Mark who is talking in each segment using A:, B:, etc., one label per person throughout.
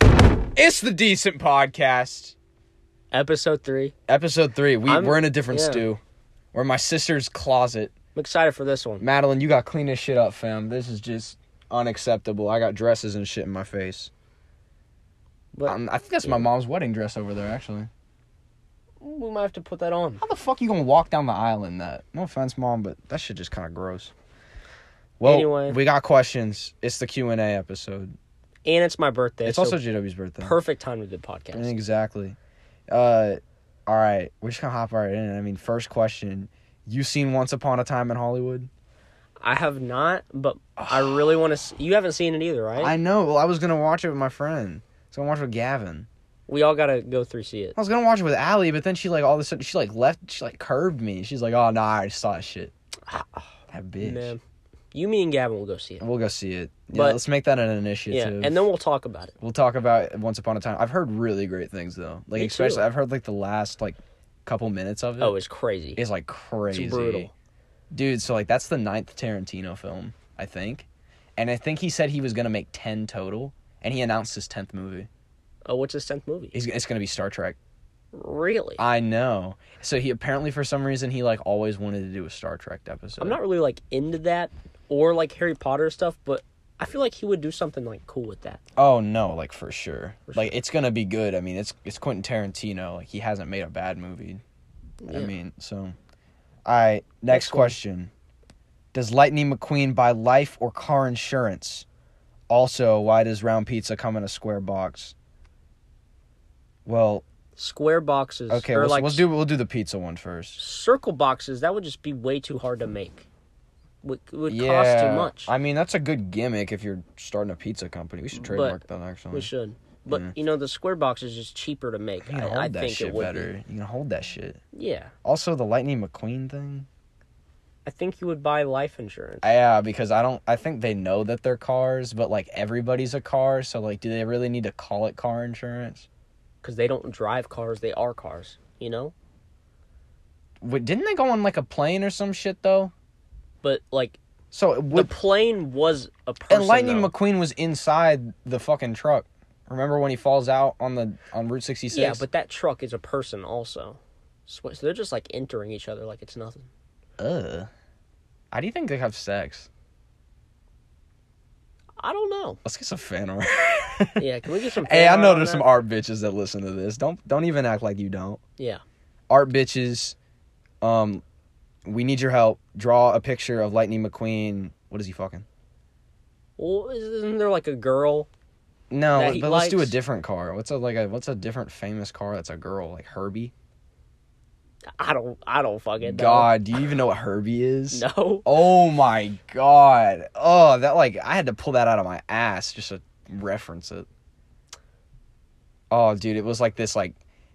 A: It's the decent podcast.
B: Episode three.
A: Episode three. We
B: I'm-
A: we're in a different
B: yeah.
A: stew. We're in my sister's closet.
B: I'm excited for this one.
A: Madeline, you got to clean this shit up, fam. This is just unacceptable. I got dresses and shit in my face.
B: But
A: Um, I think that's my mom's wedding dress over there, actually.
B: we might have to put that on.
A: How the fuck you gonna walk down the aisle in that? No offense, mom, but that shit just kind of gross. Well,
B: Anyway.
A: we got questions. It's the Q and A episode.
B: And it's my birthday.
A: It's
B: so
A: also JW's birthday.
B: perfect time to do the podcast.
A: Exactly. Uh, all right, we're just gonna hop right in. I mean, first question: You seen Once Upon a Time in Hollywood?
B: I have not, but I really want to. You haven't seen it either, right?
A: I know. Well, I was gonna watch it with my friend. I was gonna watch it with Gavin.
B: we all gotta go through see it.
A: I was gonna watch it with Allie, but then she like all of a sudden she like left. She like curved me. She's like, "Oh no, I already saw that shit." That bitch.
B: Man, you, me, and Gavin will go see it.
A: We'll go see it. Yeah,
B: But-
A: let's make that an
B: Yeah,
A: initiative.
B: and then we'll talk about it.
A: We'll talk about Once Upon a Time. I've heard really great things though. Like
B: Me
A: especially
B: too.
A: I've heard like the last like couple minutes of it.
B: Oh, it's crazy.
A: it's like crazy.
B: brutal.
A: Dude, so like that's the ninth Tarantino film, I think. And I think he said he was gonna make ten total, and he announced his tenth movie.
B: oh, what's his tenth movie?
A: He's, it's gonna be Star Trek.
B: Really?
A: I know. So he apparently for some reason he like always wanted to do a Star Trek episode.
B: I'm not really like into that or like Harry Potter stuff, but I feel like he would do something like cool with that.
A: Oh no, like for sure. like it's gonna be good. I mean, it's it's Quentin Tarantino. Like he hasn't made a bad movie. I
B: Yeah.
A: mean, so. All right, next,
B: Next one.
A: question. Does Lightning McQueen buy life or car insurance? Also, why does round pizza come in a square box? Well,
B: Square boxes.
A: okay,
B: or
A: let's,
B: like
A: we'll do we'll do the pizza one first.
B: circle boxes. That would just be way too hard to make. Would would cost
A: Yeah,
B: too much.
A: I mean that's a good gimmick if you're starting a pizza company. We should
B: But-
A: trademark that actually.
B: we should. But
A: Yeah.
B: you know the square box is just cheaper to make.
A: You can hold
B: I, I
A: that
B: think
A: shit
B: it would.
A: better. You can hold that shit.
B: Be. Yeah,
A: Also, the Lightning McQueen thing.
B: I think you would buy life insurance.
A: Uh, Yeah, because I don't. I think they know that they're cars, but like everybody's a car, so like, do they really need to call it car insurance?
B: because they don't drive cars; they are cars. You know,
A: Wait, didn't they go on like a plane or some shit though?
B: but like
A: So it would
B: the plane was a person.
A: and Lightning
B: though.
A: McQueen was inside the fucking truck. Remember when he falls out on the on Route sixty six?
B: Yeah, but that truck is a person also. So, so they're just like entering each other like it's nothing.
A: Ugh. how do you think they have sex?
B: I don't know.
A: Let's get some fan art.
B: Yeah, can we get some?
A: hey, I
B: fan
A: know
B: art on
A: there's some
B: that?
A: art bitches that listen to this. Don't don't even act like you don't.
B: Yeah,
A: art bitches um we need your help draw a picture of lightning mcqueen what is he fucking
B: well, isn't there like a girl?
A: no
B: That
A: but
B: he
A: let's do a
B: likes.
A: different car what's a like a what's a different famous car that's a girl like herbie
B: I don't. I don't fucking know.
A: god do you even know what herbie is
B: No.
A: oh my god oh that like i had to pull that out of my ass just to reference it oh dude it was like this like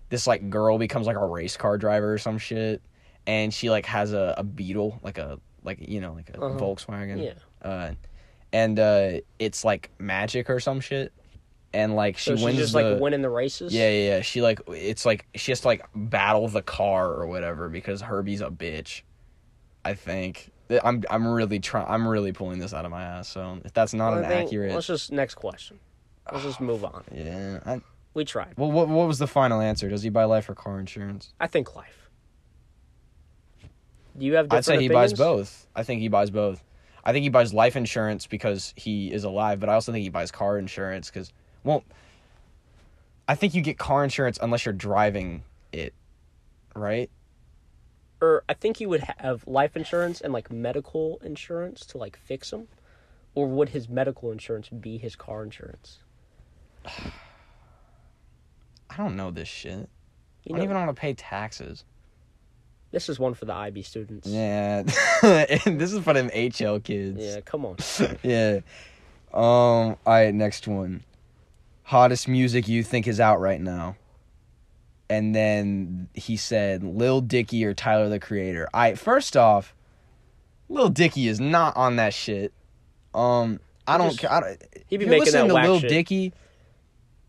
A: this like girl becomes like a race car driver or some shit and she like has a, a beetle like a like you know like a
B: Uh-huh.
A: volkswagen
B: Yeah.
A: uh, and uh, it's like magic or some shit, and like she
B: So she's
A: wins
B: just
A: the
B: like winning the races.
A: yeah yeah yeah. she like it's like she has to like battle the car or whatever because Herbie's a bitch, I think. Th- I'm I'm really trying I'm really pulling this out of my ass. So if that's not
B: I
A: an
B: think-
A: accurate,
B: Let's just next question. Let's just move on.
A: yeah. I,
B: We tried.
A: well, what what was the final answer? Does he buy life or car insurance?
B: I think life. Do you have? Different
A: I'd say he
B: opinions?
A: buys both. I think he buys both. I think he buys life insurance because he is alive, but I also think he buys car insurance because, well, I think you get car insurance unless you're driving it, right?
B: Or I think you would have life insurance and like medical insurance to like fix him, or would his medical insurance be his car insurance?
A: I don't know this shit.
B: You
A: I
B: know,
A: don't even want to pay taxes.
B: this is one for the IB students.
A: Yeah, And this is for them HL kids.
B: Yeah, come on.
A: yeah. Um. All right. Next one. Hottest music you think is out right now. And then he said Lil Dicky or Tyler the Creator. I first off, Lil Dicky is not on that shit. Um. I don't.
B: Just-
A: ca- I don't
B: He'd be
A: if you're
B: making that
A: listening
B: whack
A: to Lil
B: shit.
A: Dicky.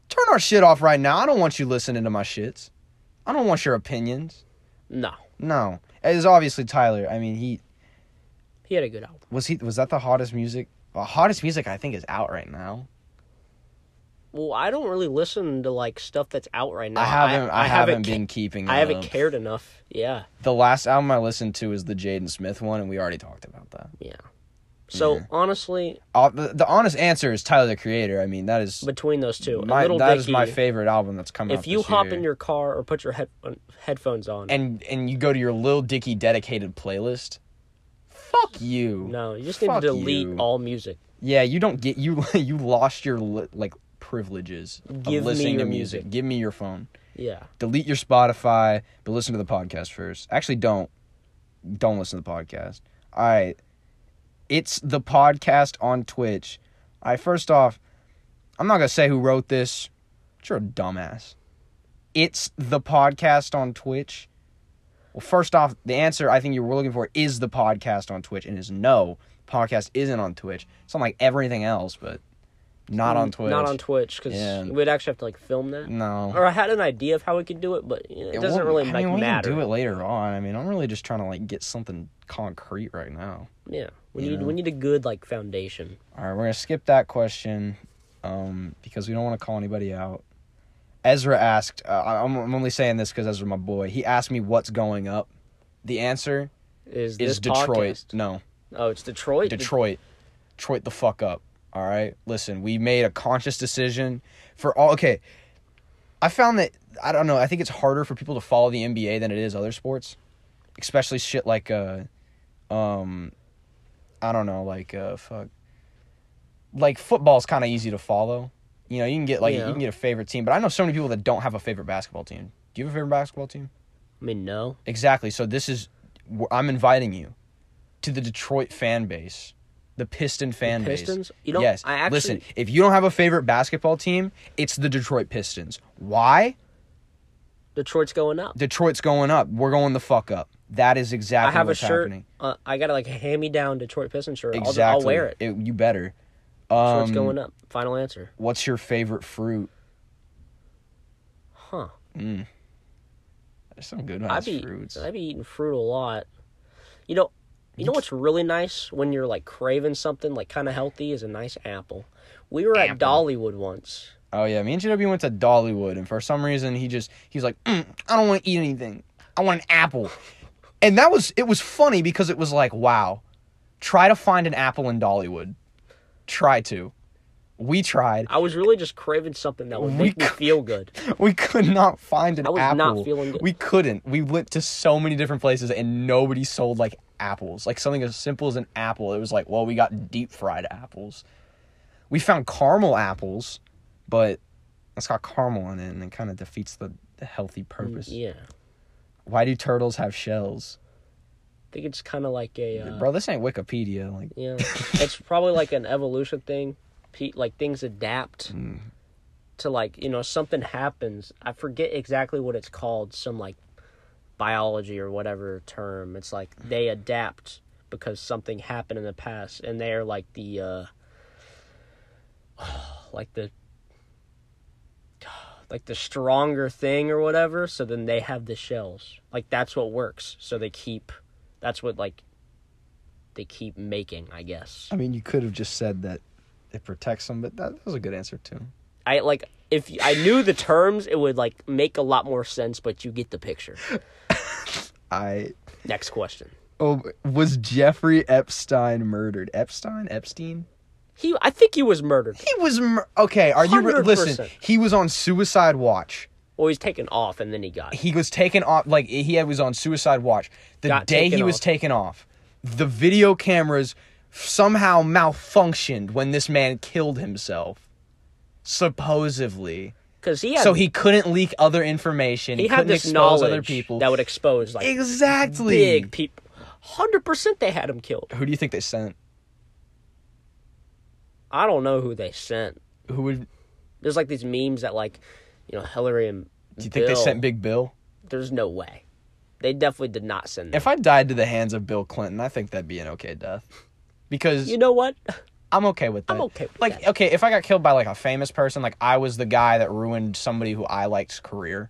A: Turn our shit off right now. I don't want you listening to my shits. I don't want your opinions.
B: No,
A: No. It's obviously Tyler. I mean, he
B: he had a good album.
A: was he was that the hottest music? Well, hottest music I think is out right now.
B: Well, I don't really listen to like stuff that's out right now.
A: I haven't. I, haven't,
B: Uh, ca-
A: been keeping.
B: I
A: that
B: haven't
A: up.
B: cared enough. Yeah,
A: The last album I listened to is the Jaden Smith one, and we already talked about that.
B: yeah. So honestly,
A: Uh, the, the honest answer is Tyler the Creator. I mean, that is
B: between those two,
A: my,
B: Little
A: that
B: Dicky,
A: is my favorite album that's coming. out
B: if you
A: this
B: hop
A: year.
B: in your car or put your head- um, headphones on,
A: and and you go to your Lil Dicky dedicated playlist, fuck you.
B: no, you just need to
A: Fuck
B: delete
A: you.
B: all music.
A: Yeah, you don't get you you lost your li- like privileges of
B: Give me
A: listening to
B: your
A: music.
B: music.
A: Give me your phone.
B: Yeah,
A: Delete your Spotify, but listen to the podcast first. Actually, don't don't listen to the podcast. All right, it's the podcast on Twitch. I first off, I'm not gonna say who wrote this. But you're a dumbass. It's the podcast on Twitch. Well, first off, the answer I think you were looking for is the podcast on Twitch, and is no podcast isn't on Twitch. It's on like everything else, but not on Twitch.
B: Mm, not on Twitch because
A: Yeah.
B: we'd actually have to like film that.
A: No.
B: Or I had an idea of how we could do it, but you know, it, doesn't
A: won't-
B: really
A: I
B: like
A: mean, we
B: matter.
A: Can do it later on. I mean, I'm really just trying to like get something concrete right now.
B: Yeah, we need we need a good like foundation.
A: All right, we're gonna skip that question um, because we don't want to call anybody out. Ezra asked. Uh, I- I'm, I'm only saying this because Ezra, my boy, he asked me what's going up. The answer
B: Is
A: is
B: this
A: Detroit.
B: podcast-
A: No,
B: Oh, it's Detroit.
A: Detroit. Detroit the fuck up. All right. Listen, we made a conscious decision for all. Okay. I found that, I don't know, I think it's harder for people to follow the NBA than it is other sports, especially shit like, uh, um, I don't know, like, uh, fuck. Like football's kind of easy to follow. You know, you can get like
B: Yeah.
A: you can get a favorite team, but I know so many people that don't have a favorite basketball team. Do you have a favorite basketball team?
B: I mean, no.
A: Exactly. So this is wh- I'm inviting you to the Detroit fan base, the Piston fan
B: Pistons?
A: base.
B: You know,
A: yes.
B: I actually-
A: Listen, if you don't have a favorite basketball team, it's the Detroit Pistons. Why?
B: Detroit's going up.
A: Detroit's going up. We're going the fuck up. That is exactly
B: I have a
A: what's
B: shirt.
A: happening.
B: Uh, I got a like hand me down Detroit Pistons shirt.
A: Exactly.
B: I'll, I'll wear it.
A: You better.
B: Detroit's
A: Um,
B: going up. Final answer.
A: What's your favorite fruit?
B: Huh.
A: There's some good
B: I'd
A: ass
B: be
A: fruits.
B: I'd be eating fruit a lot. You know, you know what's really nice when you're like craving something like kind of healthy is a nice apple. We were at Dollywood once.
A: Oh yeah, me and JW went to Dollywood, and for some reason he just he was like, mm, I don't want to eat anything. I want an apple, and that was it was funny because it was like, wow, try to find an apple in Dollywood, try to. We tried.
B: I was really just craving something that would make me feel good.
A: We could not find an
B: I was not
A: apple.
B: feeling good.
A: We couldn't. We went to so many different places and nobody sold like apples. Like something as simple as an apple. It was like, well, we got deep fried apples. We found caramel apples, but it's got caramel in it and it kind of defeats the, the healthy purpose.
B: Mm, Yeah.
A: Why do turtles have shells?
B: I think it's kind of like a uh,
A: Bro, this ain't Wikipedia. Like,
B: yeah. it's probably like an evolution thing. Pe- Like things adapt to like you know something happens. I forget exactly what it's called. Some like biology or whatever term. It's like they adapt because something happened in the past, and they're like the uh like the like the stronger thing or whatever so then they have the shells like that's what works so they keep that's what like they keep making i guess
A: I mean, you could have just said that it protects them, but that, that was a good answer too.
B: i like if i knew the terms it would like make a lot more sense but you get the picture
A: I
B: next question
A: oh, was Jeffrey Epstein murdered? Epstein? Epstein?
B: he i think he was murdered
A: He was mur- okay. Are you re- listen?
B: 100%.
A: He was on suicide watch.
B: well he's taken off and then he got
A: He was taken off. Like he was on suicide watch. The
B: Got
A: day
B: taken
A: he was
B: off.
A: taken off, the video cameras somehow malfunctioned when this man killed himself, supposedly.
B: because he had
A: so he couldn't leak other information.
B: he,
A: He,
B: had
A: couldn't
B: this
A: expose
B: knowledge
A: other people.
B: that would expose like
A: exactly.
B: big people 100% they had him killed
A: Who do you think they sent?
B: i don't know who they sent
A: Who would?
B: There's like these memes that like, you know, Hillary and
A: Do you think they
B: Bill-
A: sent Big Bill?
B: There's no way. They definitely did not send them.
A: If I died to the hands of Bill Clinton, I think that'd be an okay death. Because
B: You know what?
A: I'm okay with that.
B: I'm okay with
A: like,
B: that.
A: okay, if I got killed by like a famous person, like I was the guy that ruined somebody who I liked's career.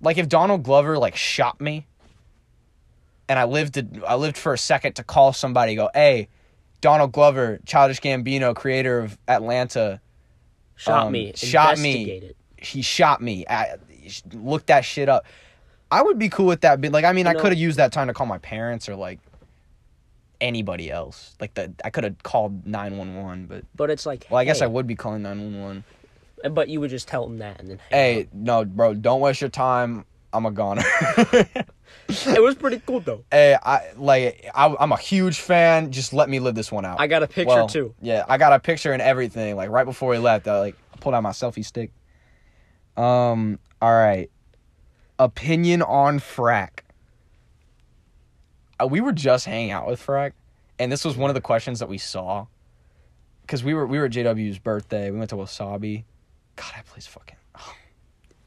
A: Like if Donald Glover like shot me, and I lived to, I lived for a second to call somebody, and go, hey, Donald Glover, Childish Gambino, creator of Atlanta,
B: Shot
A: Um,
B: me.
A: shot me.
B: investigate It.
A: he shot me. I, look that shit up. I would be cool with that. Be like, I mean,
B: You
A: I
B: know-
A: could have used that time to call my parents or like anybody else. Like the, I could have called nine one one, but
B: But it's like,
A: well, I guess I
B: hey.
A: would be calling nine one one.
B: But you would just tell them that, and then
A: Hey, no, bro, don't waste your time. I'm a goner.
B: it was pretty cool though.
A: hey, I like I, I'm a huge fan. Just let me live this one out.
B: I got a picture
A: Well,
B: too.
A: Yeah, I got a picture and everything. Like right before he left, I like pulled out my selfie stick. Um. All right. Opinion on Frack. Uh, we were just hanging out with Frack, and this was one of the questions that we saw. Cause we were we were at JW's birthday. We went to Wasabi. God, that place fucking.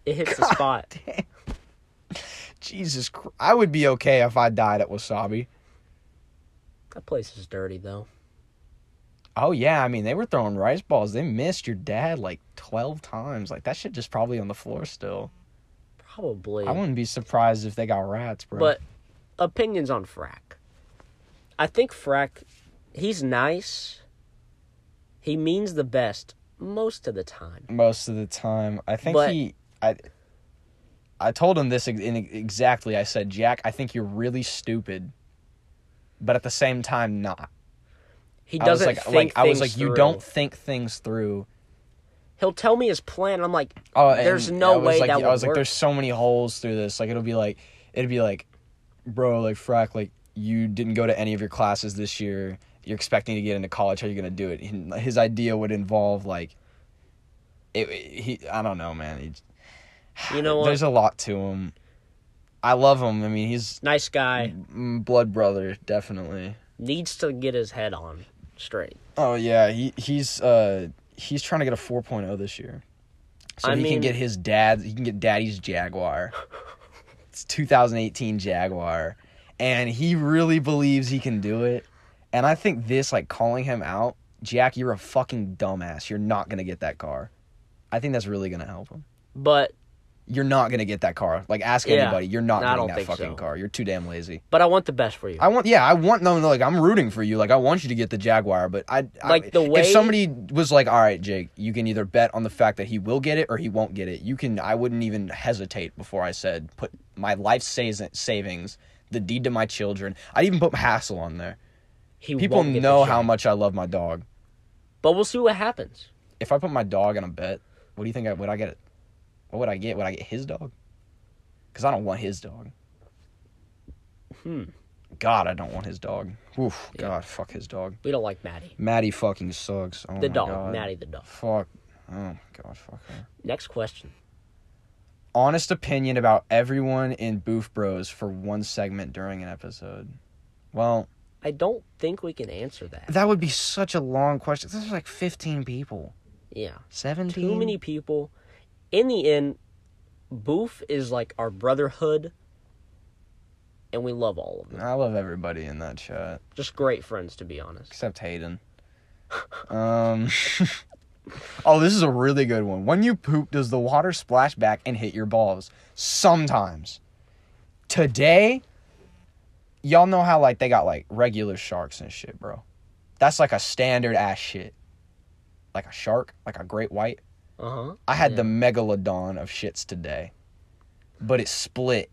B: It hits the spot.
A: Jesus, Christ. I would be okay if I died at Wasabi.
B: That place is dirty though.
A: Oh yeah, I mean they were throwing rice balls. They missed your dad like twelve times. Like that shit just probably on the floor still.
B: Probably.
A: I wouldn't be surprised if they got rats, bro.
B: But opinions on Frack. I think Frack, he's nice. He means the best most of the time.
A: most of the time, I think
B: But-
A: he. I, I told him this ex- in, exactly. I said, Jack, I think you're really stupid, but at the same time, not.
B: He
A: I was
B: doesn't
A: like,
B: think
A: like I was like,
B: things
A: you
B: through.
A: don't think things through.
B: He'll tell me his plan. I'm like,
A: Oh, and
B: There's
A: I
B: no
A: was
B: way
A: like,
B: that
A: I
B: would
A: was like,
B: work.
A: there's so many holes through this. Like it'll be like, it'd be like, bro, like frack, like you didn't go to any of your classes this year. You're expecting to get into college. How are you gonna do it? And his idea would involve like, it. it- He, I don't know, man. He,
B: you know
A: there's
B: what?
A: a lot to him. I love him. I mean, he's
B: Nice guy
A: mm, blood brother, definitely.
B: needs to get his head on straight.
A: Oh yeah, he he's uh he's trying to get a 4.0 this year. So
B: I
A: he can
B: mean-
A: get his dad's he can get daddy's Jaguar. it's 2018 Jaguar and he really believes he can do it. And I think this like calling him out, Jack, you're a fucking dumbass. You're not going to get that car. I think that's really going to help him.
B: But
A: You're not going to get that car. Like ask
B: Yeah.
A: anybody, you're not
B: No, I
A: getting
B: don't
A: that
B: think
A: fucking
B: so.
A: car. You're too damn lazy.
B: but I want the best for you.
A: I want, yeah, I want no, no, like I'm rooting for you. Like I want you to get the Jaguar, but I I,
B: Like, the way-
A: if somebody was like, all right, Jake, you can either bet on the fact that he will get it or he won't get it. You can, I wouldn't even hesitate before I said put my life sa- savings, the deed to my children. I even put hassle on there.
B: he
A: People
B: won't get the
A: know how
B: job.
A: much I love my dog.
B: But we'll see what happens.
A: If I put my dog on a bet, what do you think? I, would I get it? What would I get? Would I get his dog? Because I don't want his dog. Hmm. God, I don't want his dog. Oof. God, fuck his dog.
B: We don't like Maddie.
A: Maddie fucking sucks. Oh
B: The
A: my
B: dog.
A: God.
B: Maddie the dog.
A: Fuck. Oh my god, fuck her.
B: Next question.
A: Honest opinion about everyone in Boof Bros for one segment during an episode. Well,
B: I don't think we can answer that.
A: that would be such a long question. This is like 15 people.
B: Yeah.
A: 17?
B: Too many people. In the end, Boof is like our brotherhood, and we love all of them.
A: I love everybody in that chat,
B: Just great friends, to be honest.
A: except Hayden. um. oh, this is a really good one. When you poop, does the water splash back and hit your balls? Sometimes. Today, y'all know how like they got like regular sharks and shit, bro. That's like a standard ass shit. Like a shark, like a great white.
B: Uh huh.
A: I had the megalodon of shits today, but it split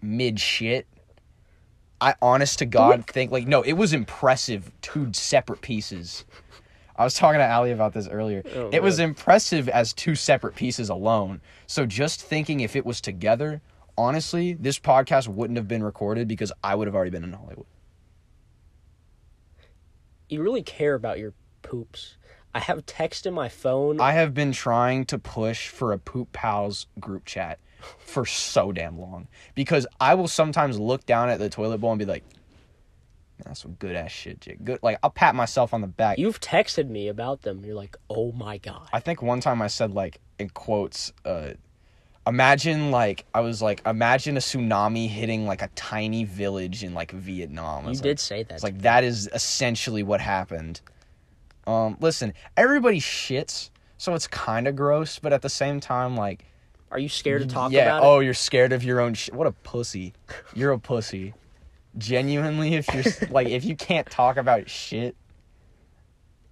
A: mid shit. I honest to God think like no, it was impressive. Two separate pieces. I was talking to Ali about this earlier.
B: Oh,
A: it was impressive as two separate pieces alone. So just thinking if it was together, honestly, this podcast wouldn't have been recorded because I would have already been in Hollywood.
B: You really care about your poops. I have text in my phone.
A: I have been trying to push for a poop pals group chat for so damn long because I will sometimes look down at the toilet bowl and be like, "That's some good ass shit, Jake." Good, like I'll pat myself on the back.
B: You've texted me about them. You're like, oh my god.
A: I think one time I said like in quotes, uh, "Imagine like I was like, imagine a tsunami hitting like a tiny village in like Vietnam." I
B: you
A: was
B: did
A: Like,
B: say that.
A: it's like that is essentially what happened. Um, listen, everybody shits, so it's kind of gross, but at the same time, like.
B: Are you scared to talk
A: yeah.
B: about
A: oh, you're scared of your own shit. What a pussy. You're a pussy. Genuinely, if you're s- like, if you can't talk about shit,
B: it?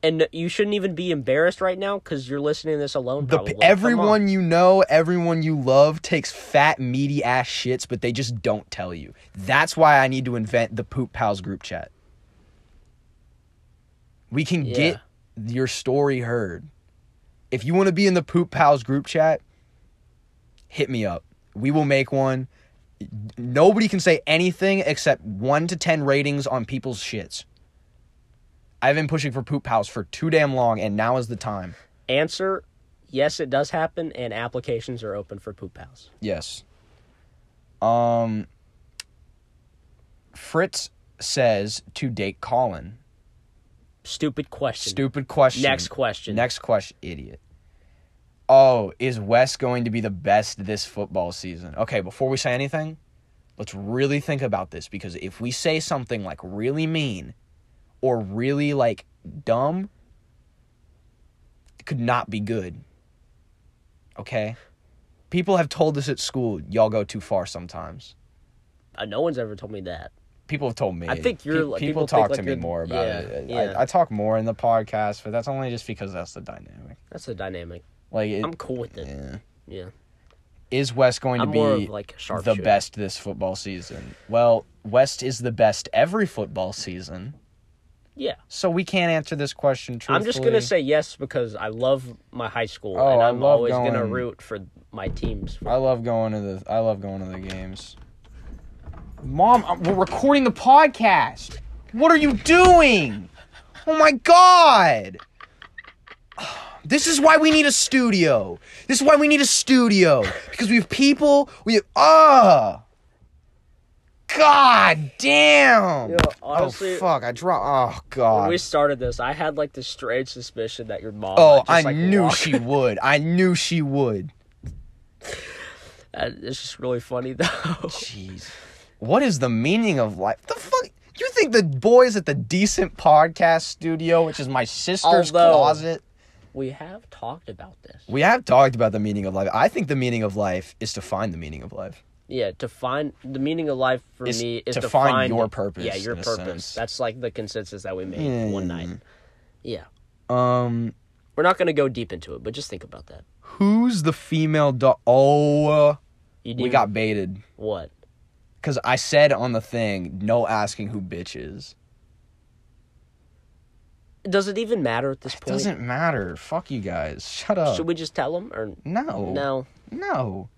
B: and you shouldn't even be embarrassed right now because you're listening to this alone.
A: The,
B: Probably. Come on.
A: everyone you know, everyone you love takes fat, meaty ass shits, but they just don't tell you. That's why I need to invent the Poop Pals group chat. We can
B: Yeah.
A: get your story heard. If you want to be in the Poop Pals group chat, hit me up. We will make one. Nobody can say anything except one to 10 ratings on people's shits. I've been pushing for Poop Pals for too damn long, and now is the time.
B: Answer: Yes, it does happen, and applications are open for poop house.
A: Yes. Um Fritz says to date Colin.
B: Stupid question.
A: Stupid question.
B: Next question.
A: Next question, idiot. Oh, is West going to be the best this football season? Okay, before we say anything, let's really think about this because if we say something like really mean or really like dumb, it could not be good. Okay? People have told us at school, y'all go too far sometimes.
B: Uh, no one's ever told me that.
A: people have told me.
B: I think you're-
A: Pe-
B: like,
A: people,
B: people think,
A: talk
B: like,
A: to me
B: you're-
A: more about
B: yeah,
A: it.
B: yeah.
A: I, I talk more in the podcast, but that's only just because that's the dynamic.
B: That's the dynamic.
A: Like, it,
B: I'm cool with it.
A: yeah.
B: Yeah,
A: is West going to
B: I'm
A: be
B: more of like a sharpshooter.
A: the best this football season? Well, West is the best every football season,
B: Yeah,
A: so we can't answer this question truthfully.
B: I'm just gonna say yes because I love my high school,
A: Oh,
B: and
A: I
B: I'm
A: love
B: always gonna
A: going-
B: root for my teams.
A: I love going to the. I love going to the games. Mom, I'm- we're recording the podcast. What are you doing? Oh my god. This is why we need a studio. This is why we need a studio because we have people. We have ah. god damn.
B: Yeah, honestly-
A: oh fuck! I dropped. Oh god.
B: When we started this, I had like this strange suspicion that your mom.
A: oh,
B: might just,
A: I
B: like,
A: knew
B: walk-
A: she would. I knew she would.
B: Uh, It's just really funny though.
A: Jeez. What is the meaning of life? The fuck? You think the boys at the decent podcast studio, which is my sister's
B: Although-
A: closet,
B: we have talked about this.
A: we have talked about the meaning of life. I think the meaning of life is to find the meaning of life.
B: Yeah, to find the meaning of life for
A: Is
B: me is
A: to
B: to,
A: find your purpose,
B: Yeah, your
A: in a
B: purpose.
A: sense.
B: That's like the consensus that we made
A: Yeah,
B: one
A: yeah,
B: night. Yeah,
A: Um,
B: we're not gonna go deep into it, but just think about that.
A: who's the female dog? Oh, uh,
B: You
A: we
B: didn't-
A: got baited
B: what?
A: because I said on the thing, no asking who bitch is.
B: Does it even matter at this
A: It
B: point?
A: doesn't matter. Fuck you guys. Shut up.
B: Should we just tell them or
A: no.
B: no?
A: No.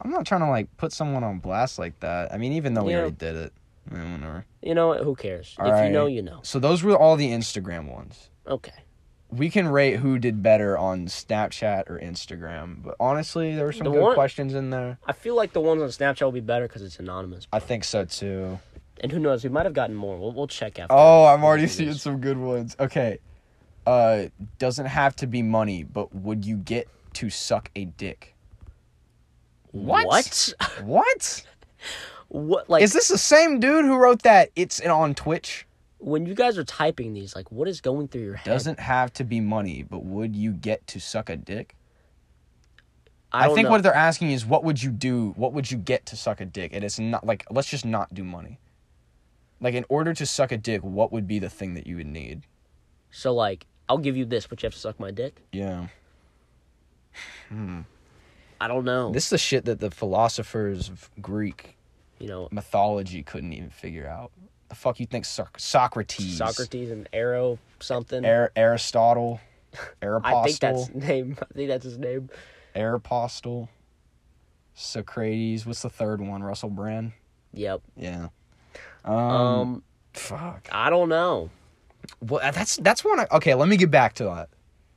A: I'm not trying to like put someone on blast like that. I mean, even though we
B: Yeah.
A: already did it. I mean, whatever.
B: You know what? Who cares?
A: All
B: if you know,
A: right.
B: you know.
A: So those were all the Instagram ones.
B: Okay.
A: We can rate who did better on Snapchat or Instagram, but honestly, there were some
B: The
A: good
B: one-
A: questions in there.
B: I feel like the ones on Snapchat will be better because it's anonymous.
A: I think so too.
B: And who knows? We might have gotten more. We'll, we'll check after.
A: Oh, I'm
B: we
A: already
B: do this.
A: seeing some good ones. Okay. Uh doesn't have to be money, but would you get to suck a dick? What?
B: What?
A: What?
B: What? Like
A: Is this the same dude who wrote that it's on Twitch?
B: when you guys are typing these, like what is going through your head?
A: Doesn't have to be money, but would you get to suck a dick?
B: I,
A: I,
B: don't
A: think
B: know.
A: what they're asking is what would you do? What would you get to suck a dick? And it's not like let's just not do money. Like in order to suck a dick, what would be the thing that you would need?
B: So like, I'll give you this, but you have to suck my dick.
A: Yeah.
B: I don't know.
A: This is the shit that the philosophers of Greek
B: you know,
A: mythology couldn't even figure out. The fuck you think Soc- Socrates,
B: Socrates and Arrow something.
A: Ar- Aristotle, Aristotle,
B: I think that's his name. I think that's his name.
A: Aristotle, Socrates, what's the third one? Russell Brand?
B: Yep.
A: Yeah.
B: Um,
A: um fuck.
B: I don't know.
A: Well, that's that's one. I, okay, let me get back to that.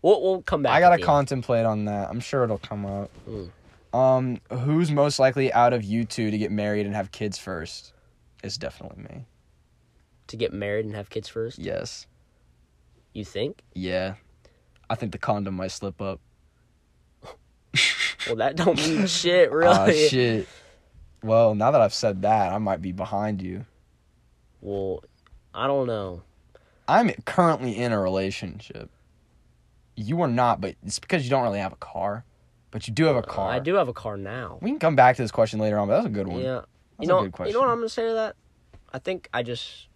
B: We'll, we'll come back.
A: I gotta
B: at the end.
A: contemplate on that. I'm sure it'll come up.
B: Mm.
A: Um, who's most likely out of you two to get married and have kids first? It's definitely me.
B: to get married and have kids first.
A: Yes.
B: You think?
A: Yeah. I think the condom might slip up.
B: Well, that don't mean shit, really.
A: Ah, shit. Well, now that I've said that, I might be behind you.
B: Well, I don't know.
A: I'm currently in a relationship. You are not, but it's because you don't really have a car. But you do have a car.
B: I do have a car now.
A: We can come back to this question later on, but that's a good one.
B: Yeah.
A: That's a good
B: You know, you know
A: question.
B: what I'm gonna say to that? I think I just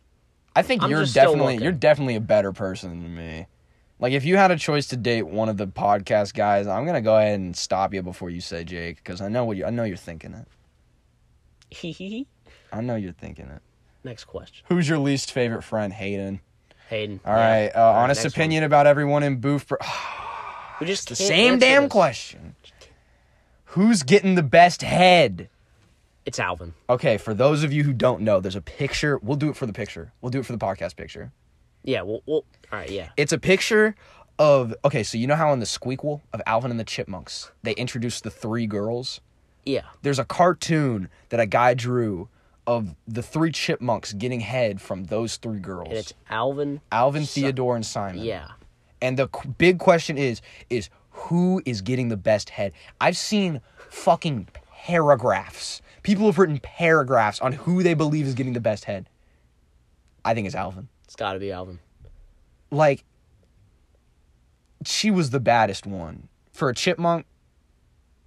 A: I think
B: I'm
A: you're
B: just still
A: definitely
B: looking.
A: you're definitely a better person than me. Like if you had a choice to date one of the podcast guys, I'm gonna go ahead and stop you before you say Jake because I know what you I know you're thinking it. I know you're thinking it.
B: Next question.
A: Who's your least favorite friend, Hayden?
B: Hayden.
A: All right,
B: Yeah.
A: uh,
B: All right,
A: honest
B: next
A: opinion about everyone in Booth. Bro-
B: one. We just
A: the
B: can't
A: same
B: answer
A: damn
B: this.
A: question. Who's getting the best head?
B: It's Alvin.
A: Okay, for those of you who don't know, there's a picture. We'll do it for the picture. We'll do it for the podcast picture.
B: Yeah. Well. well all right. Yeah.
A: It's a picture of okay, so you know how in the squeakquel of Alvin and the Chipmunks, they introduced the three girls?
B: Yeah.
A: There's a cartoon that a guy drew of the three chipmunks getting head from those three girls.
B: And it's Alvin.
A: Alvin, Theodore, and Simon.
B: Yeah.
A: And the qu- big question is is who is getting the best head? I've seen fucking paragraphs. People have written paragraphs on who they believe is getting the best head. I think it's Alvin.
B: It's got to be Alvin.
A: Like she was the baddest one. For a chipmunk,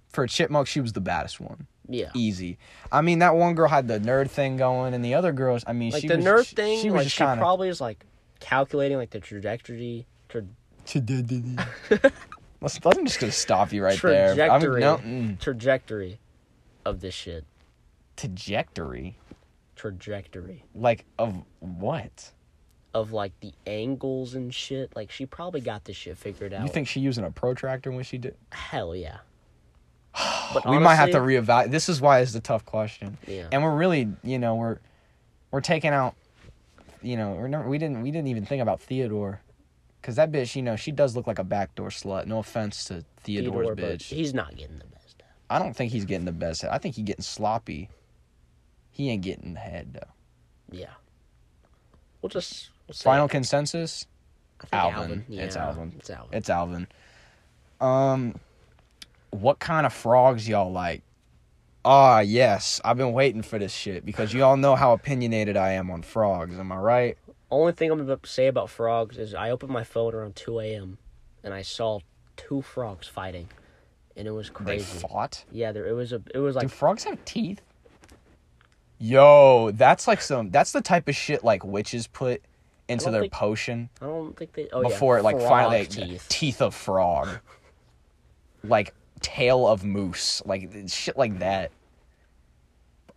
A: for a chipmunk she was the baddest one.
B: Yeah.
A: Easy. I mean that one girl had the nerd thing going and the other girls, I mean
B: Like
A: she
B: the
A: was
B: nerd
A: she-
B: thing.
A: she was
B: like
A: just
B: she
A: kind of
B: probably is like calculating like the trajectory. Tra-
A: Listen, I'm just going to stop you right there. I'm-
B: trajectory.
A: no, mm,
B: Trajectory of this shit.
A: trajectory.
B: Trajectory
A: Like of what?
B: of like the angles and shit. Like she probably got this shit figured out.
A: You think she using a protractor when she did?
B: Hell yeah. But
A: we might have to
B: honestly-
A: reevaluate. This is why it's a tough question.
B: Yeah.
A: And we're really, you know, we're we're taking out, you know, we're never, we didn't we didn't even think about Theodore, because that bitch, you know, she does look like a backdoor slut. No offense to Theodore's
B: Theodore, but
A: bitch.
B: He's not getting the best.
A: I don't think he's getting the best. head. I think he's getting sloppy. He ain't getting the head though.
B: Yeah. We'll just we'll say
A: Final consensus.
B: I think
A: Alvin. It's
B: Yeah,
A: Alvin.
B: It's Alvin.
A: It's Alvin. Um, what kind of frogs y'all like? Ah, yes, I've been waiting for this shit because y'all know how opinionated I am on frogs. Am I right?
B: Only thing I'm going to say about frogs is I opened my phone around 2 a.m. and I saw two frogs fighting, and it was
A: They
B: crazy.
A: fought.
B: Yeah, there it was a it was
A: Do
B: like
A: frogs have teeth? Yo, that's like some. That's the type of shit like witches put into
B: don't
A: their
B: think-
A: potion
B: I don't think they oh
A: before
B: yeah,
A: it like
B: frog
A: finally like,
B: teeth.
A: teeth of frog, like tail of moose, like shit like that.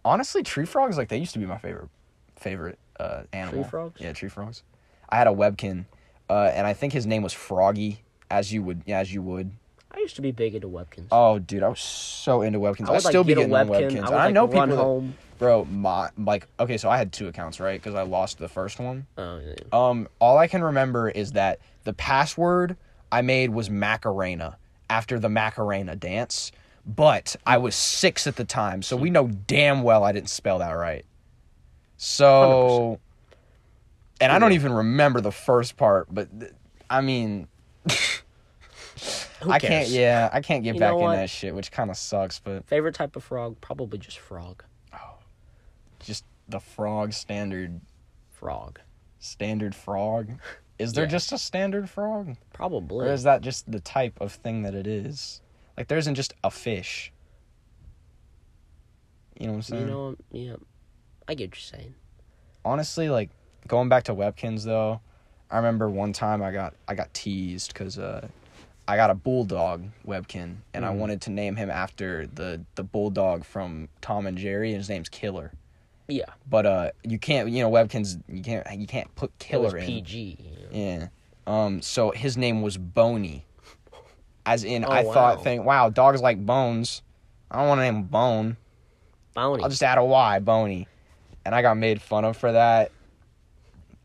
A: Honestly, tree frogs like they used to be my favorite favorite uh, animal.
B: frogs?
A: Yeah, tree frogs. I had a webkin, uh, and I think his name was Froggy, as you would as you would.
B: I used to be big into webkins.
A: Oh, dude, I was so into webkins.
B: I
A: I,
B: would, like,
A: still be
B: get a
A: getting on
B: Webkin.
A: webkins.
B: I would,
A: And I
B: like,
A: know people
B: run
A: that-
B: home.
A: bro. My like okay, so I had two accounts right because I lost the first one.
B: Oh, yeah.
A: Um, all I can remember is that the password I made was Macarena after the Macarena dance, but I was six at the time, so we know damn well I didn't spell that right. So, and I don't even remember the first part, but th- I mean,
B: Who
A: I
B: cares?
A: can't. Yeah, I can't get
B: You know
A: back in
B: what?
A: that shit, which kind of sucks. But
B: Favorite type of frog probably just frog.
A: just the frog standard,
B: Frog.
A: standard frog. Is there
B: Yeah.
A: just a standard frog?
B: Probably.
A: Or is that just the type of thing that it is? Like, there isn't just a fish. You know what I'm saying?
B: You know, yeah. I get what you're saying.
A: Honestly, like going back to Webkins though, I remember one time I got I got teased because uh, I got a bulldog Webkin, and I wanted to name him after the the bulldog from Tom and Jerry, and his name's Killer.
B: Yeah.
A: But uh, you can't you know Webkins you can't you can't put
B: It was
A: Killer in.
B: PG. you know.
A: Yeah. Um. So his name was Boney, as in
B: Oh,
A: I
B: wow.
A: thought, think, wow, dogs like bones. I don't want to name him Bone.
B: Bounty.
A: I'll just add a Y, Boney, and I got made fun of for that.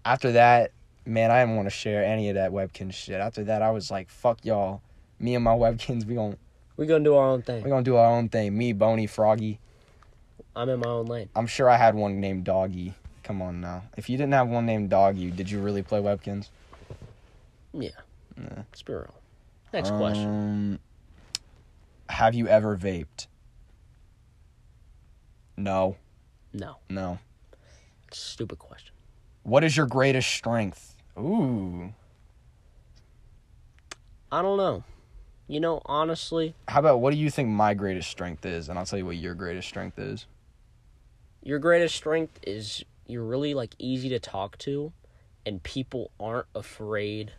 A: After that, man, I didn't want to share any of that webkin shit. After that, I was like, fuck y'all. Me and my webkins, we gon'
B: We're gonna do our own
A: we
B: thing.
A: gonna do our own thing. Me, Boney, Froggy.
B: I'm in my own lane.
A: I'm sure I had one named Doggy. Come on now. If you didn't have one named Doggy, did you really play webkins?
B: Yeah. Let's be real. Next question.
A: Um, Have you ever vaped? No,
B: No.
A: no.
B: Stupid question.
A: What is your greatest strength? Ooh.
B: I don't know. You know, honestly,
A: How about what do you think my greatest strength is? And I'll tell you what your greatest strength is.
B: your greatest strength is you're really like easy to talk to and people aren't afraid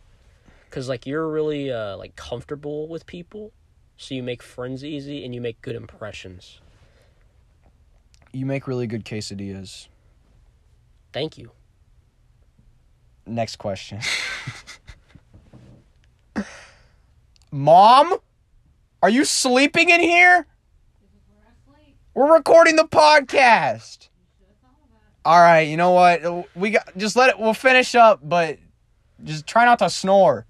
B: because like you're really uh, like comfortable with people, so you make friends easy and you make good impressions.
A: You make really good quesadillas.
B: Thank you.
A: Next question. Mom, are you sleeping in here? We're recording the podcast. All right, you know what? We got just let it. We'll finish up, but just try not to snore.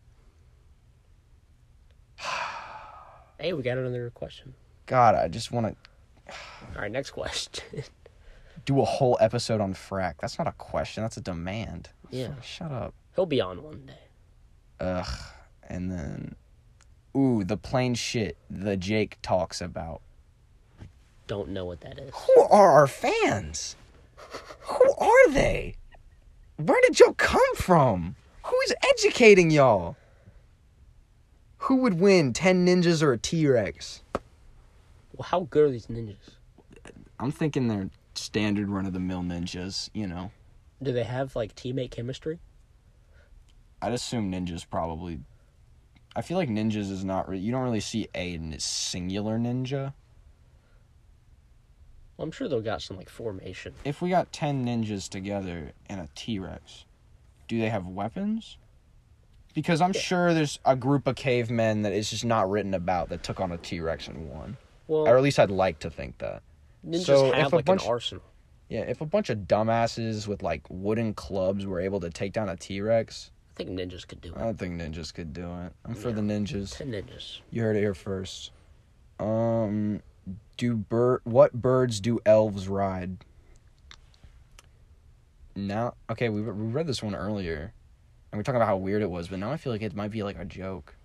B: Hey, we got another question.
A: God, I just want to
B: All right, next question.
A: do a whole episode on frack. That's not a question. That's a demand.
B: Yeah.
A: Shut up.
B: He'll be on one day.
A: Ugh. And then, ooh, the plain shit that Jake talks about.
B: Don't know what that is.
A: Who are our fans? Who are they? Where did y'all come from? Who is educating y'all? Who would win, 10 ninjas or a T Rex?
B: Well, how good are these ninjas?
A: I'm thinking they're standard run of the mill ninjas, you know.
B: Do they have like teammate chemistry?
A: I'd assume ninjas probably. I feel like ninjas is not. Re- you don't really see a n- singular ninja.
B: Well, I'm sure they've got some like formation.
A: If we got 10 ninjas together and a T Rex, do they have weapons? Because I'm sure there's a group of cavemen that is just not written about that took on a T Rex and won.
B: Well,
A: Or at least I'd like to think that.
B: ninjas
A: so if
B: have
A: a
B: like
A: bunch-
B: an arsenal.
A: Yeah, if a bunch of dumbasses with like wooden clubs were able to take down a T Rex,
B: I think ninjas could do
A: I
B: it.
A: don't think ninjas could do it. I'm for the ninjas.
B: Ten ninjas.
A: You heard it here first. Um, do bird what birds do elves ride? Now, okay, we we read this one earlier, and we were talking about how weird it was, but now I feel like it might be like a joke.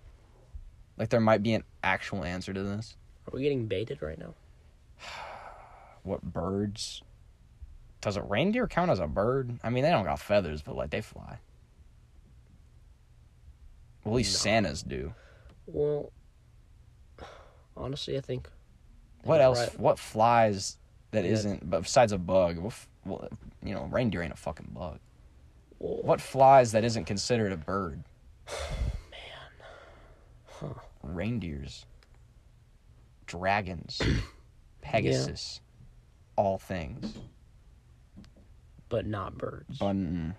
A: Like there might be an actual answer to this.
B: Are we getting baited right now?
A: What birds? Does a reindeer count as a bird? I mean, they don't got feathers, but like they fly. Well, at least Santas do.
B: Well, honestly, I think.
A: What
B: Yeah,
A: else?
B: right.
A: What flies that
B: Yeah.
A: not but besides a bug? What, f- what, you know, reindeer ain't a fucking bug.
B: Well,
A: What flies that isn't considered a bird? Man, reindeers, dragons, Pegasus, all things.
B: But not birds.
A: Button.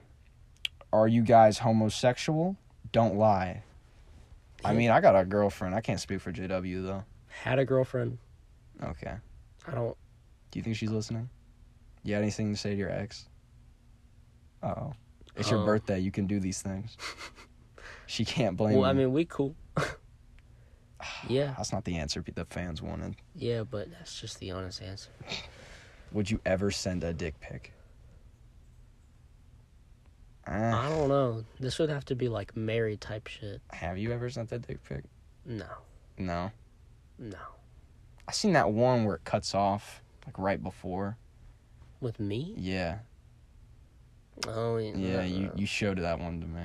A: Are you guys homosexual? Don't lie. I mean, I got a girlfriend. I can't speak for JW though.
B: Had a girlfriend.
A: Okay.
B: I don't.
A: Do you think she's listening? You got anything to say to your ex? Oh, it's your
B: Oh.
A: birthday. You can do these things. she can't blame.
B: Well, I
A: you.
B: mean, we cool. yeah,
A: that's not the answer the fans wanted.
B: yeah, but that's just the honest answer.
A: Would you ever send a dick pic? Ah,
B: I don't know. This would have to be like Mary type shit.
A: have you ever sent a dick pic?
B: No,
A: No.
B: no.
A: I seen that one where it cuts off like right before.
B: With me?
A: Yeah,
B: Oh,
A: yeah.
B: no,
A: You
B: no.
A: you showed that one to me.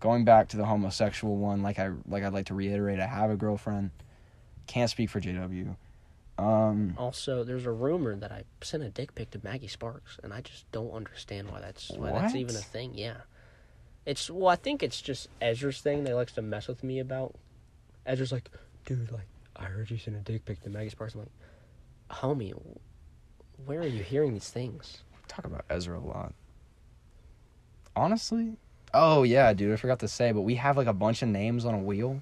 A: Going back to the homosexual one, like I like I'd like to reiterate, I have a girlfriend. Can't speak for JW. Um.
B: Also, there's a rumor that I sent a dick pic to Maggie Sparks, and I just don't understand why that's why that's
A: What?
B: even a thing. Yeah, it's well, I think it's just Ezra's thing. They likes to mess with me about. Ezra's like, dude, like I heard you sent a dick pic to Maggie Sparks. I'm like, homie, where are you hearing these things?
A: talk about Ezra a lot. Honestly? Oh yeah, dude, I forgot to say, but we have like a bunch of names on a wheel.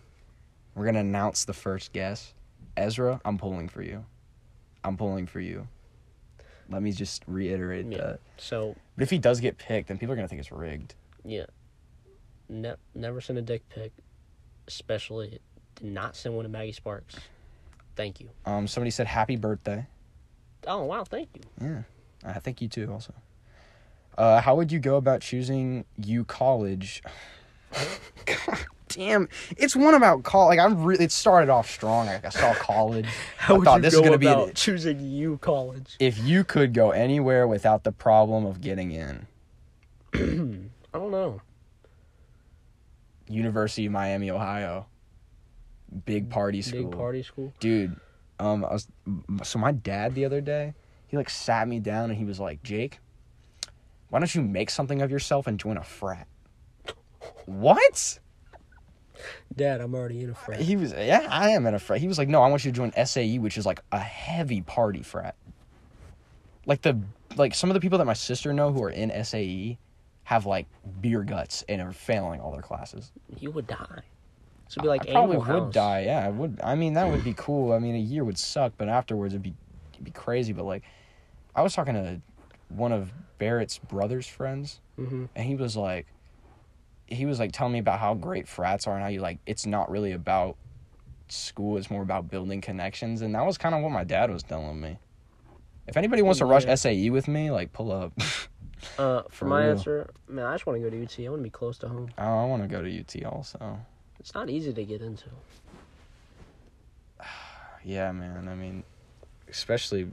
A: We're gonna announce the first guess. Ezra, I'm pulling for you. I'm pulling for you. Let me just reiterate
B: Yeah.
A: that.
B: So
A: But if he does get picked, then people are gonna think it's rigged.
B: yeah, ne- never send a dick pic, especially did not send one to Maggie Sparks. Thank you.
A: Um, somebody said happy birthday.
B: Oh wow, thank you.
A: Yeah, I think you too. Also, uh, how would you go about choosing you college? God damn, it's one about college. Like I'm really, it started off strong. Like I saw college. I thought this is gonna be an-
B: choosing you college?
A: if you could go anywhere without the problem of getting in.
B: I don't know.
A: University of Miami, Ohio, big party school.
B: Big party school.
A: dude um i was so my dad the other day he like sat me down and he was like jake why don't you make something of yourself and join a frat what
B: Dad, I'm already in a frat.
A: He was, yeah, I am at a frat. He was like, no, I want you to join SAE, which is like a heavy party frat. Like the like some of the people that my sister know who are in SAE have like beer guts and are failing all their classes.
B: You would die. So it'd be like
A: I probably would
B: Animal House.
A: die. Yeah, I would. I mean, that would be cool. I mean, a year would suck, but afterwards it'd be it'd be crazy. But like, I was talking to one of Barrett's brother's friends,
B: Mhm.
A: and he was like, he was like telling me about how great frats are and how you like it's not really about school; it's more about building connections. And that was kind of what my dad was telling me. If anybody wants to rush
B: Yeah.
A: SAE with me, like pull up.
B: Uh, for,
A: For
B: my
A: real.
B: answer, man, I just want to go to UT. I want to be close to home.
A: oh, I want to go to UT also.
B: It's not easy to get into.
A: Yeah, man. I mean, especially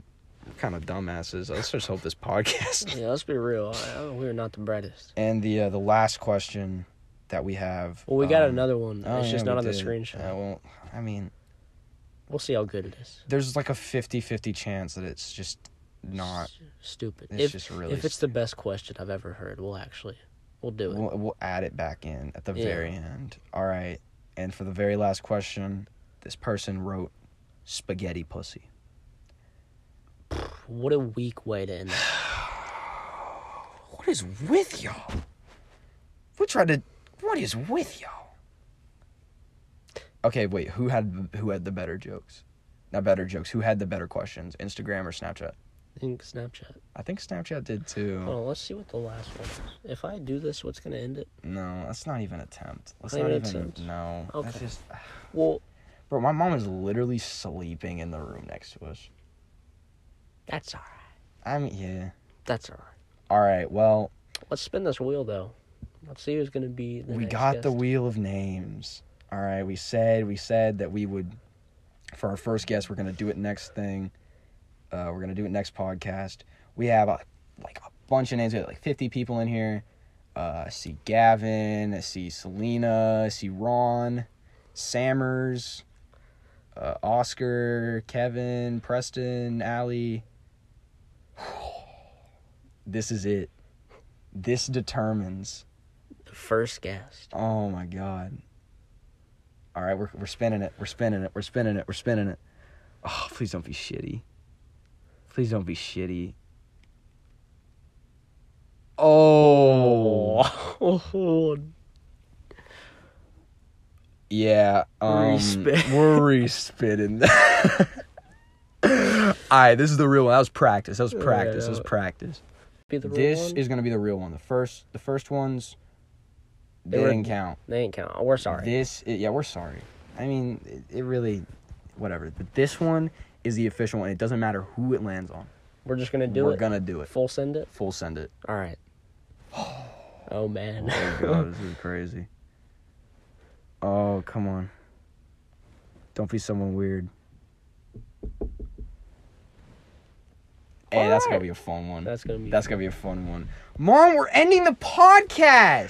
A: kind of dumbasses. Let's just hope this podcast.
B: Yeah, let's be real. I- I- we're not the brightest.
A: and the uh, the last question that we have.
B: Well, we got
A: um,
B: another one.
A: oh,
B: it's just
A: yeah,
B: not
A: we
B: on the
A: did.
B: screenshot.
A: Uh, well, I mean,
B: We'll see how good it is.
A: there's like a 50-50 chance that it's just not.
B: S- stupid.
A: It's
B: if,
A: just really
B: if it's the best question I've ever heard, we'll actually we'll do it.
A: We'll, we'll add it back in at the
B: Yeah.
A: very end. All right. And for the very last question, this person wrote spaghetti pussy.
B: what a weak way to end. It.
A: What is with y'all? We tried to. What is with y'all? Okay, wait. Who had who had the better jokes? Not better jokes. Who had the better questions? Instagram or Snapchat?
B: I think Snapchat.
A: I think Snapchat did too.
B: Hold on, let's see what the last one is. If I do this, what's gonna end it?
A: No, let's not even attempt. Let's
B: Not
A: not
B: even
A: even.
B: attempt?
A: No. That's
B: Okay.
A: just.
B: Well,
A: Bro, my mom is literally sleeping in the room next to us.
B: that's alright.
A: I mean, yeah.
B: That's alright.
A: All right. Well,
B: Let's spin this wheel though. Let's see who's gonna be. The
A: we
B: next
A: got the
B: guest.
A: wheel of names. All right, we said we said that we would for our first guest. We're gonna do it next thing. Uh, we're gonna do it next podcast. We have a, like a bunch of names. We have like fifty people in here. Uh, I see Gavin. I see Selena. I see Ron, Sammers, uh, Oscar, Kevin, Preston, Allie. This is it. This determines
B: the first guest.
A: Oh my god. All right, we're we're spinning it. We're spinning it. We're spinning it. We're spinning it. Oh, please don't be shitty. Please don't be shitty. Oh.
B: Oh,
A: Yeah. Um,
B: Respin-
A: We're re-spinning. All right, this is the real one. That was practice. That was
B: Yeah,
A: practice. That was
B: that-
A: practice.
B: be the real
A: This
B: one?
A: is going to be the real one. The first the first ones they,
B: They were-
A: didn't count.
B: They ain't count. We're sorry.
A: This, i- yeah, we're sorry. I mean, it, it really, whatever. But this one is the official one. It doesn't matter who it lands on.
B: We're just gonna do
A: we're
B: it.
A: gonna do it.
B: full send it.
A: Full send it.
B: All right. Oh man.
A: God, this is crazy. Oh come on. Don't be someone weird. Hey, that's gonna be a fun one.
B: That's gonna be.
A: That's gonna be a fun one. Mom, we're ending the podcast.